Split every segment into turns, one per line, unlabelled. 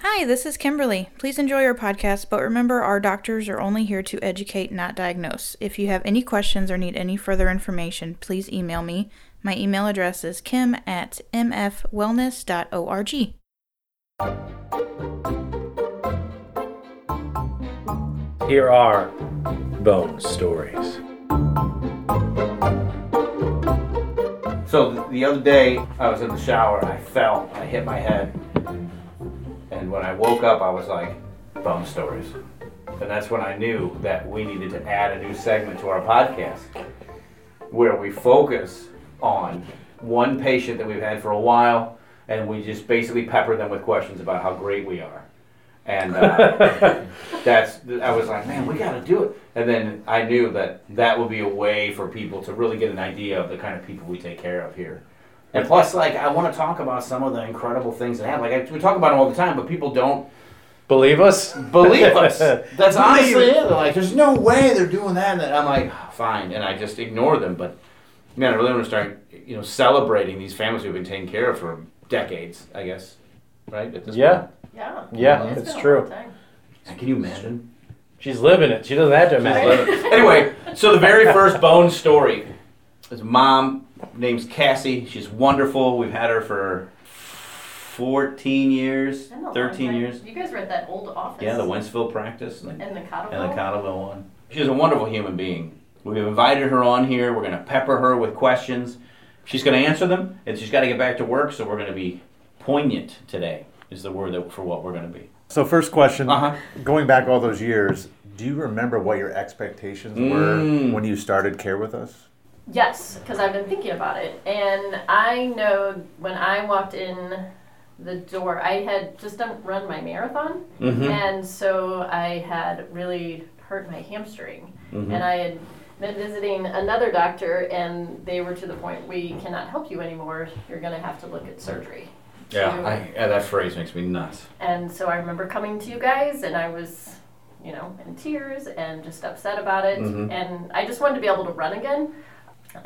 Hi, this is Kimberly. Please enjoy your podcast, but remember our doctors are only here to educate, not diagnose. If you have any questions or need any further information, please email me. My email address is kim at mfwellness.org.
Here are bone stories.
So th- the other day, I was in the shower and I fell. I hit my head. And when I woke up, I was like, bum stories. And that's when I knew that we needed to add a new segment to our podcast where we focus on one patient that we've had for a while and we just basically pepper them with questions about how great we are. And uh, that's, I was like, man, we got to do it. And then I knew that that would be a way for people to really get an idea of the kind of people we take care of here. And plus, like, I want to talk about some of the incredible things that happen. Like, I, we talk about them all the time, but people don't
Believe us?
believe us. That's honestly
Believe
it. They're like, there's no way they're doing that. And I'm like, "Ah, fine. And I just ignore them. But, man, I really want to start, you know, celebrating these families we've been taking care of for decades, I guess. Right? At this
Yeah,
Yeah.
yeah,
It's
it's
been a long
true.
time.
Point. Can you imagine?
She's living it. She doesn't have to imagine.
anyway, so the very first bone story is mom name's Cassie. She's wonderful. We've had her for 14 years,
It's been a long
13
time.
years.
You guys were at that old office.
Yeah, the Wentzville practice and the,
In the Cottle.
and the Cottleville one. She's a wonderful human being. We've invited her on here. We're going to pepper her with questions. She's going to answer them, and she's got to get back to work, so we're going to be poignant today, is the word that, for what we're going to be.
So first question,
Uh-huh.
going back all those years, do you remember what your expectations
Mm.
were when you started care with us?
Yes, because I've been thinking about it. And I know when I walked in the door, I had just done run my marathon.
Mm-hmm.
And so I had really hurt my hamstring.
Mm-hmm.
And I had been visiting another doctor, and they were to the point, we cannot help you anymore. You're going to have to look at surgery.
Yeah, I, yeah, that phrase makes me nuts.
And so I remember coming to you guys, and I was, you know, in tears and just upset about it. And I just wanted to be able to run again.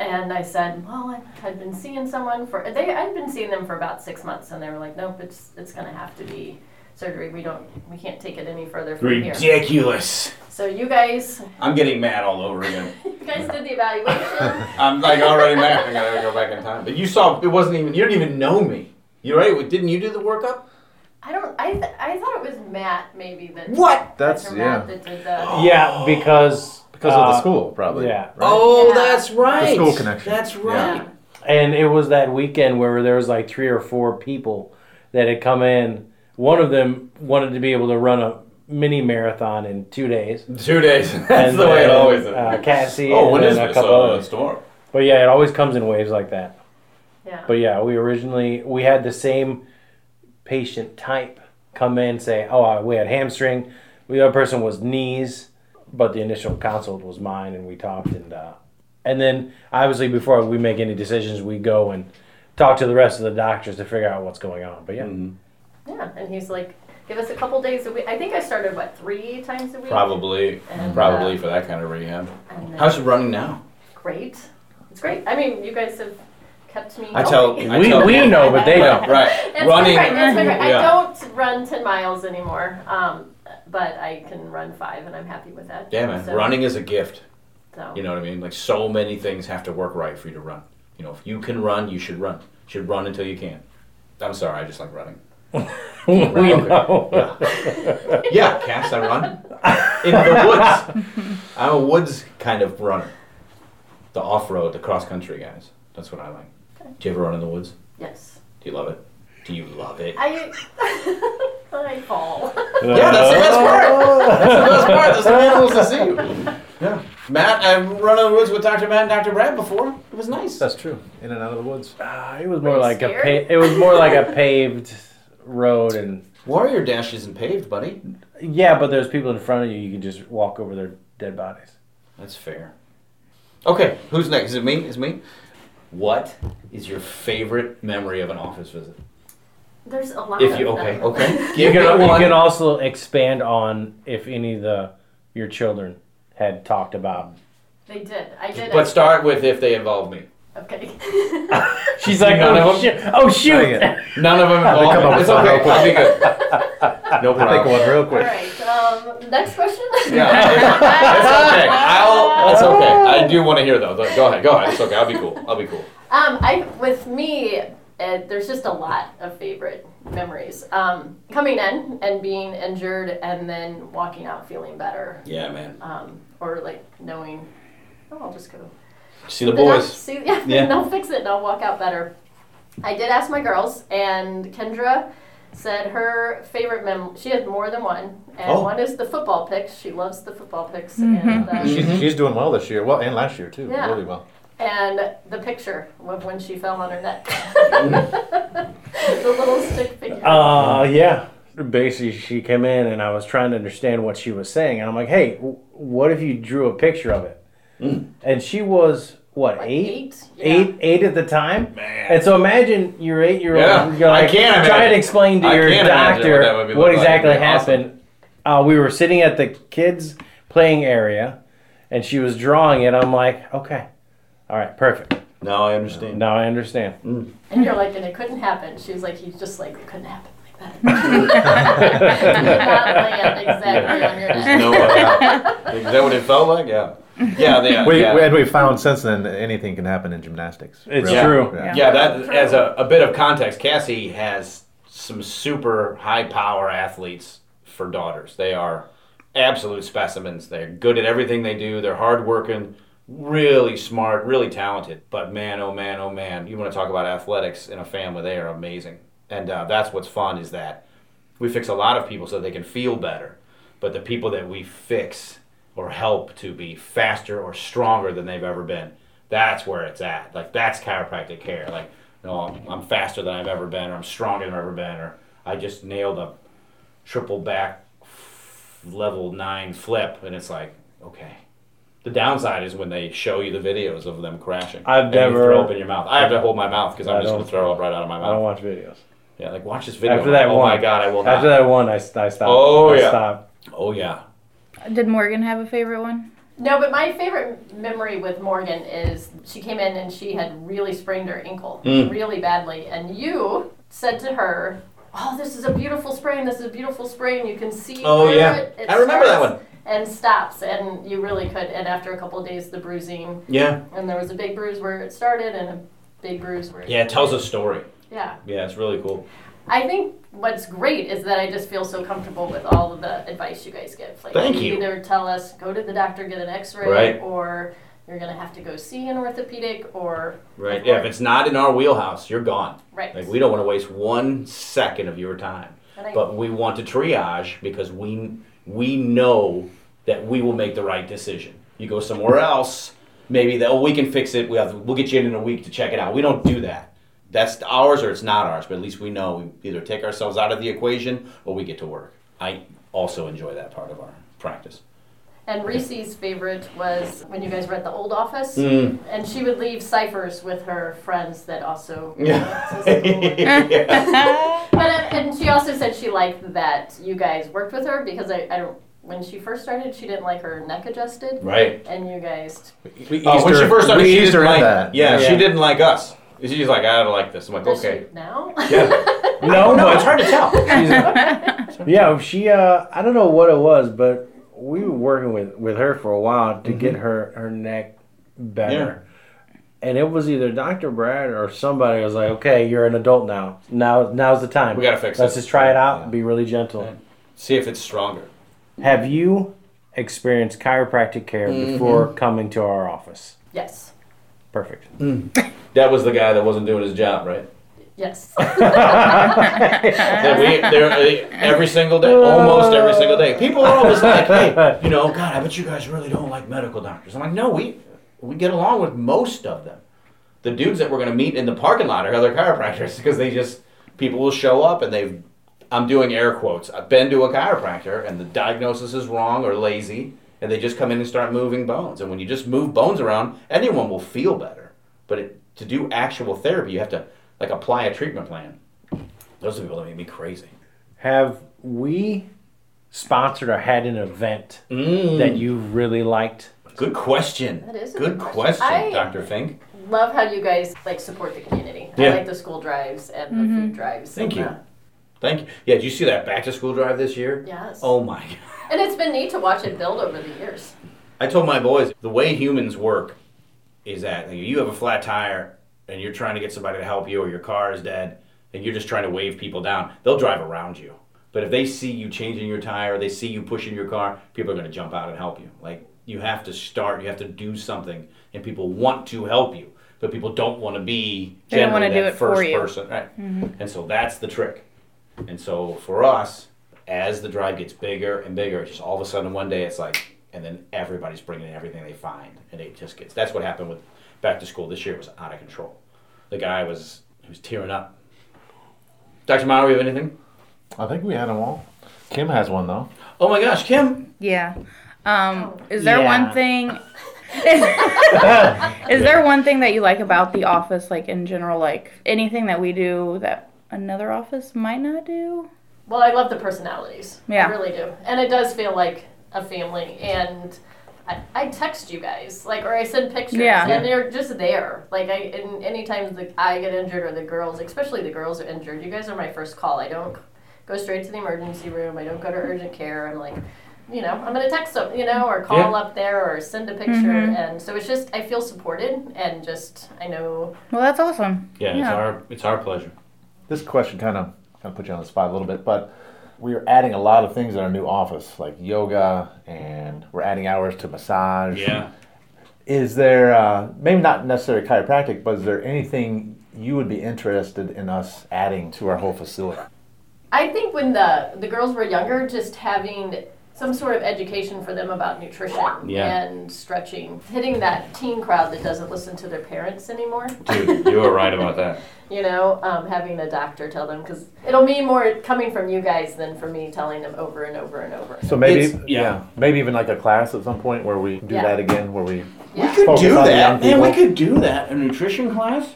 And I said, well, I had been seeing someone for they. I'd been seeing them for about six months, and they were like, nope, it's it's gonna have to be surgery. We don't, we can't take it any further from here.
Ridiculous.
So you guys,
I'm getting mad all over again.
you guys did the evaluation.
I'm like already mad. I gotta go back in time. But you saw it wasn't even. You didn't even know me. You right? Didn't you do the workup?
I don't. I th- I thought it was Matt maybe that.
What?
That's
Dr.
yeah,
Matt that did the.
Yeah, because.
because of
uh,
the school probably.
yeah.
Oh,
Yeah.
that's right.
The school connection.
That's
Yeah.
right.
And it was that weekend where there was like three or four people that had come in. One of them wanted to be able to run a mini marathon in two days.
Two days. That's
And
the way it
then,
always is.
Uh, Cassie.
oh,
and
when
then
is
a
this?
couple
Uh,
others.
storm.
But yeah, it always comes in waves like that.
Yeah.
But yeah, we originally we had the same patient type come in say, "Oh, I- we had hamstring." The other person was knees, but the initial consult was mine, and we talked and uh, and then obviously before we make any decisions, we go and talk to the rest of the doctors to figure out what's going on. But yeah,
Mm-hmm.
Yeah, and he's like, give us a couple days a week. I think I started what three times a week.
Probably,
And,
probably
uh,
for that kind of rehab.
And then-
How's it running now?
great? It's great. I mean, you guys have kept me.
I tell.
healthy.
I
we,
tell
we know, but they don't.
Right.
It's been
running.
great, it's been great. I
Yeah.
don't run ten miles anymore, um, but I can run five, and I'm happy with that.
Yeah, man.
So-
Running is a gift.
So.
You know what I mean? Like so many things have to work right for you to run. You know, if you can run, you should run. You should run until you can. I'm sorry, I just like running.
we know.
Yeah, Cass, I run in the woods. I'm a woods kind of runner. The off-road, the cross-country guys. That's what I like. Do you ever run in the woods?
Yes.
Do you love it? Do you love it?
I. I fall.
Yeah, that's the best part. Oh. That's the best part. There's some animals to see. Yeah, Matt, I've run in the woods with Dr. Matt and Dr. Brad before. It was nice.
That's true. In and out of the woods.
Uh, it was more
you
like a
scared?
pa- it was more like a paved road and
Warrior Dash isn't paved, buddy.
yeah, but there's people in front of you. You can just walk over their dead bodies.
That's fair. Okay, who's next? Is it me? Is it me? What is your favorite memory of an office visit?
There's a lot.
If you
of
okay,
them.
okay.
You
Give
can,
me
you
one.
can also expand on if any of the your children had talked about.
They did. I did.
But start with if they involve me.
Okay.
She's like,
None
oh,
of
shit. oh shoot.
Dang
None of them
come up
involved.
with
It's
one real
okay.
quick.
I'll be good. No
I'll
problem.
think of one real
All
quick.
right. Um, next question.
Yeah, it's okay. I'll. It's okay. I do want to hear though. Go ahead. Go ahead. It's okay. I'll be cool. I'll be cool.
Um, I with me, uh, there's just a lot of favorite memories. Um, coming in and being injured, and then walking out feeling better,
Yeah, man.
um, or like knowing, oh, I'll just go.
See the
Then I'll
boys.
See, yeah,
Yeah.
then I'll fix it and I'll walk out better. I did ask my girls, and Kendra said her favorite mem. She has more than one, and
Oh.
one is the football picks. She loves the football picks, and uh,
Mm-hmm.
She's, she's doing well this year. Well, and last year too.
Yeah.
Really well.
And the picture of when she fell on her neck. the little stick figure.
Uh, yeah. Basically, she came in and I was trying to understand what she was saying, and I'm like, "Hey, w- what if you drew a picture of it?" And she was what
Like
eight,
eight, yeah.
eight, eight at the time.
Man.
And so imagine your eight year
Yeah,
old. You're
I
like,
can't
trying
imagine.
to explain to
I
your
can't imagine
doctor
what that would be
what,
like.
exactly
It'd be awesome.
happened. Uh, we were sitting at the kids' playing area, and she was drawing it. I'm like, "Okay, all right, perfect.
No, I understand.
Now I understand."
And you're like, and it couldn't happen. She was like, he's just like, it couldn't happen like that. It did not land exactly on your neck.
No. uh, Is that what it felt like? Yeah. Yeah. They,
We,
yeah.
we- and we found since then that anything can happen in gymnastics.
It's
Really.
true.
Yeah.
Yeah.
Yeah, that as a, a bit of context, Cassie has some super high power athletes for daughters. They are absolute specimens. They're good at everything they do. They're hardworking, really smart, really talented. But man, oh man, oh man, you want to talk about athletics in a family? They are amazing, and uh, that's what's fun is that we fix a lot of people so they can feel better. But the people that we fix or help to be faster or stronger than they've ever been, that's where it's at. Like that's chiropractic care. Like, no, I'm, I'm faster than I've ever been, or I'm stronger than I've ever been, or I just nailed a triple back f- level nine flip, and it's like, okay. The downside is when they show you the videos of them crashing.
I've
and you
never-
throw up in your mouth. I have to hold my mouth because
I
I'm just gonna
don't-
throw up right out of my
I don't watch
mouth.
videos.
Yeah, like watch this video.
After that
oh my
one.
god, I will not.
After that one, I, I stopped.
Oh,
I
yeah.
Stopped.
Oh yeah.
Did Morgan have a favorite one?
No, but my favorite memory with Morgan is she came in and she had really sprained her ankle
Hmm.
really badly. And you said to her, Oh, this is a beautiful sprain. This is a beautiful sprain. You can see.
Oh,
where
yeah.
It, it
I remember that
starts
one.
And stops. And you really could. And after a couple of days, the bruising.
Yeah.
And there was a big bruise where it started and a big bruise where it
Yeah, it tells a story.
Yeah.
Yeah, it's really cool.
I think what's great is that I just feel so comfortable with all of the advice you guys give. Like
Thank you.
either tell us go to the doctor, get an X-ray,
Right.
or you're gonna have to go see an orthopedic, or
Right. Yeah, if it's not in our wheelhouse, you're gone.
right.
Like we don't want to waste one second of your time.
And I-
But we want to triage because we we know that we will make the right decision. You go somewhere else, maybe that oh we can fix it. We have we'll get you in in a week to check it out. We don't do that. That's ours or it's not ours. But at least we know we either take ourselves out of the equation or we get to work. I also enjoy that part of our practice.
and Reese's favorite was when you guys were at the old office,
Hmm.
and she would leave ciphers with her friends that also. But uh, and she also said she liked that you guys worked with her because I, I don't. When she first started, she didn't like her neck adjusted,
Right.
and you guys
We
Oh, when
eased
she
her-
first started,
we
she
eased her
didn't
in
like
that.
Yeah,
Yeah.
she didn't like us. She's like, I don't like this. I'm like,
does she
okay.
now.
Yeah.
No,
no,
but-
it's hard to tell.
Yeah, she. Uh, I don't know what it was, but we were working with with her for a while
Mm-hmm.
to get her her neck better. And it was either Dr. Brad or somebody was like, "Okay, you're an adult now. Now, now's the time.
We gotta fix
Let's
it."
just try it out.
Yeah.
Be really gentle."
See if it's stronger.
Have you experienced chiropractic care
Mm-hmm.
before coming to our office?
Yes.
Perfect.
That was the guy that wasn't doing his job, right?
Yes.
That we, there- every single day, almost every single day. People are always like, hey, you know, God, I bet you guys really don't like medical doctors. I'm like, no, we, we get along with most of them. The dudes that we're going to meet in the parking lot are other chiropractors because they just, people will show up and they've, I'm doing air quotes, I've been to a chiropractor and the diagnosis is wrong or lazy and they just come in and start moving bones. And when you just move bones around, anyone will feel better. But it, to do actual therapy, you have to like apply a treatment plan. Those are people that make me crazy.
Have
Mm.
Mm. we sponsored or had an event that you really liked?
Good question.
That is a
good
good
question,
question. I-
Dr. Fink.
Love how you guys like support the community.
Yeah.
I like the school drives and the food drives.
Thank
and
you.
the-
Thank you. Yeah, did you see that back to school drive this year?
Yes.
Oh my god.
And it's been neat to watch it build over the years.
I told my boys the way humans work is that like, you have a flat tire and you're trying to get somebody to help you, or your car is dead, and you're just trying to wave people down. They'll drive around you, but if they see you changing your tire, they see you pushing your car, people are going to jump out and help you. Like you have to start, you have to do something, and people want to help you, but people don't want to be
They don't
generally
wanna do
that
it for
first
you. Mm-hmm.
person, right? And so that's the trick. And so for us, as the drive gets bigger and bigger, it's just all of a sudden one day it's like, and then everybody's bringing in everything they find, and it just gets. That's what happened with back to school this year. It was out of control. The guy was he was tearing up. Dr. Mauer, you have anything?
I think we had them all. Kim has one though.
Oh my gosh, Kim!
Yeah. Um, is there one
Yeah.
thing? is there one thing that you like about the office, like in general, like anything that we do that another office might not do?
Well, I love the personalities.
Yeah.
I really do. And it does feel like a family. And I, I text you guys, like, or I send pictures,
Yeah.
and they're just there. Like, I, and anytime the, I get injured or the girls, especially the girls are injured, you guys are my first call. I don't go straight to the emergency room. I don't go to urgent care. I'm like, you know, I'm gonna text them, you know, or call
Yeah.
up there or send a picture,
Mm-hmm.
and so it's just I feel supported and just I know
Well, that's awesome.
Yeah, it's our it's our pleasure.
This question kind of kind of put you on the spot a little bit, but we are adding a lot of things in our new office, like yoga, and we're adding hours to massage.
Yeah.
Is there uh, maybe not necessarily chiropractic, but is there anything you would be interested in us adding to our whole facility?
I think when the the girls were younger, just having some sort of education for them about nutrition
Yeah.
and stretching, hitting that teen crowd that doesn't listen to their parents anymore.
Dude, you were right about that.
You know, um, having a doctor tell them because it'll mean more coming from you guys than from me telling them over and over and over.
So maybe,
It's- yeah.
yeah. maybe even like a class at some point where we do
Yeah.
that again, where we.
Yeah.
We could
Focus
do
on the
that.
young
Man, we
people.
could do that. A nutrition class?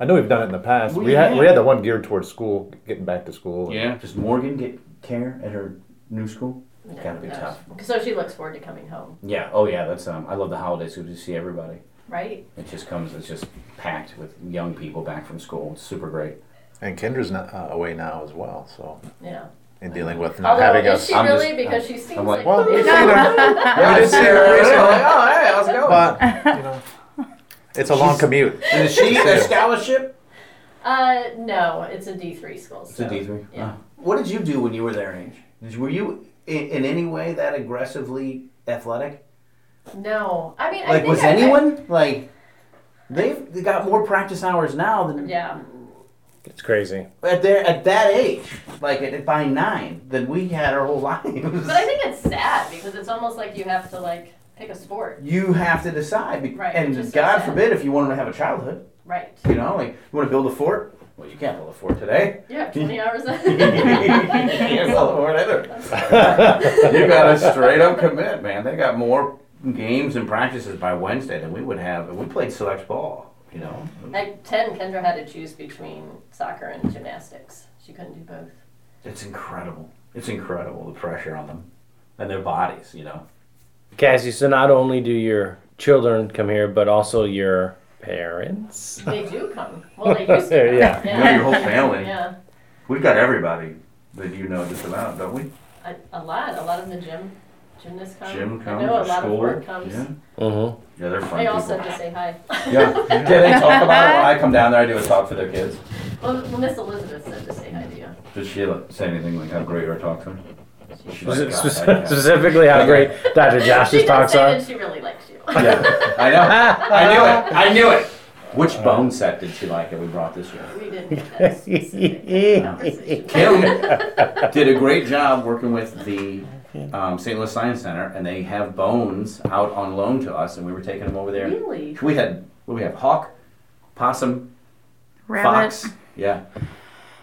I know we've done it in the past.
We
We, had
have.
we had the one geared towards school, getting back to school.
Yeah. Does Morgan get care at her new school? Gotta be
Yes.
tough.
So she looks forward to coming home,
Yeah. Oh yeah, that's um I love the holidays because we see everybody.
right?
It just comes, it's just packed with young people back from school. It's super great.
And Kendra's not, uh, away now as well, so
Yeah.
and dealing with not
Although
having
is
us.
she
I'm
really?
just-
because she seems
like,
like,
Well,
Yeah.
we see her.
I
did see her recently.
Oh, hey, how's it going?
but you know, it's a long commute.
and is she a scholarship?
Uh, no, it's a D three school.
It's
so-
a D three.
Yeah.
Ah. What did you do when you were their age? Did you- were you in, in any way that aggressively athletic?
No, I mean, I
Like,
think
was
I- I-
anyone like? They've they got more practice hours now than
yeah.
It's crazy.
at their at that age, like at, by nine, than we had our whole lives.
But I think it's sad because it's almost like you have to like pick a sport,
you have to decide, be-
Right,
and
which is so
God
sad.
forbid if you want them to have a childhood.
right?
You know, like you want to build a fort? Well, you can't build a fort today.
You have 20 hours.
you can't build a fort either. you got to straight up commit, man. They got more games and practices by Wednesday than we would have. if We played select ball, you know.
At 10, Kendra had to choose between soccer and gymnastics. She couldn't do both.
It's incredible. It's incredible the pressure on them and their bodies, you know.
Cassie, so not only do your children come here, but also your parents.
They do come. Well, they used to. Come.
Yeah.
You know your whole family.
Yeah.
We've got everybody that you know just about, don't we?
A, a lot. A lot of the gym gymnasts come.
Jim comes,
Um, I know a
the
lot
school.
of work comes.
Yeah.
Mm-hmm.
yeah, they're fun
They
people.
all said to say hi.
Yeah.
Did they talk about it? When I come down there, I do a talk for their kids.
Well, well, Miss Elizabeth said to say hi to you.
Did she like, say anything like how great our talks are? She's like, "God, I can't."
Specifically, how great Dr.
she
Josh's
did
talks
say
are.
that she really likes you.
Yeah, I know. I knew it. I knew it. Which bone set did she like that we brought this year?
we didn't have that specific conversation.
Kim did a great job working with the um, St. Louis Science Center, and they have bones out on loan to us, and we were taking them over there.
Really?
We had what do we have hawk, possum, fox. Yeah.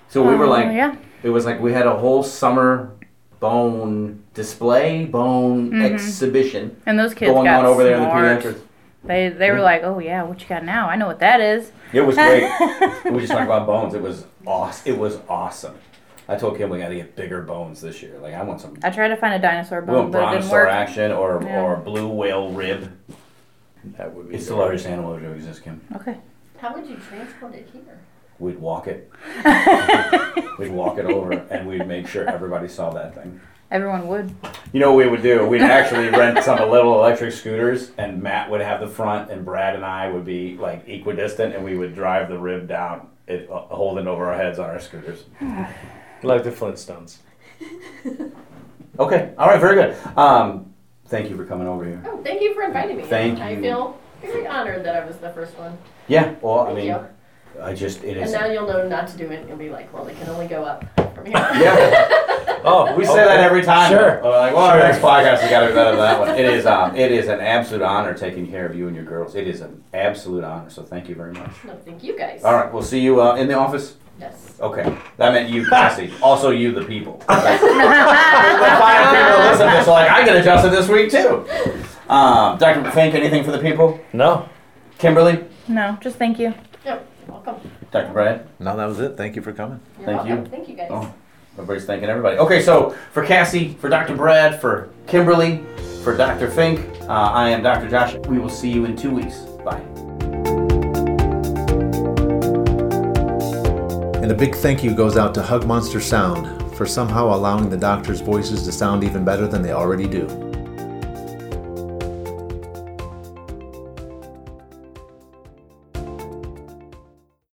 So we were
Oh,
like,
yeah.
it was like we had a whole summer bone display, bone exhibition
And those Mm-hmm. kids
going
got
on over there in the
smart.
pediatrics.
They they were like, oh yeah, what you got now? I know what that is.
It was great. we just talked about bones. It was awesome. It was awesome. I told Kim we got to get bigger bones this year. Like I want some.
I tried to find a dinosaur
We
bone,
want
but it didn't
brontosaur
work.
action or
Yeah.
or blue whale rib.
That would be
It's the
good.
largest animal that exists, Kim.
Okay.
How would you transport it here?
We'd walk it. we'd walk it over, and we'd make sure everybody saw that thing.
Everyone would.
You know what we would do? We'd actually rent some little electric scooters, and Matt would have the front, and Brad and I would be like equidistant, and we would drive the rib down, it, uh, holding over our heads on our scooters.
like the Flintstones.
Okay, all right, very good. Um, thank you for coming over here.
Oh, thank you for inviting me.
Thank
I
you.
feel very honored that I was the first one.
Yeah, well, I
Thank
mean,
you.
I just it
And
is.
now you'll know not to do it. You'll be like, well, they can only go up from here.
Yeah,
Oh,
we say that every time.
Sure.
We're like, well, our
Sure.
next podcast we got to be better than that one. It is, um, it is an absolute honor taking care of you and your girls. It is an absolute honor. So thank you very much.
no, thank you guys.
All right, we'll see you uh, in the office.
Yes.
Okay, that meant you, Cassie. also, you, the people. the five people that listen to this are like, I get adjusted this week too. Um, Dr. Fink, anything for the people?
No.
Kimberly,
No, just thank you.
Yep. Oh, Welcome.
Dr. Brad,
No, that was it. Thank you for coming.
You're
Thank
welcome.
you.
Thank you guys.
Oh. everybody's thanking everybody. Okay, so for Cassie, for Dr. Brad, for Kimberly, for Dr. Fink, uh, I am Dr. Josh. We will see you in two weeks. Bye.
And a big thank you goes out to Hug Monster Sound for somehow allowing the doctors' voices to sound even better than they already do.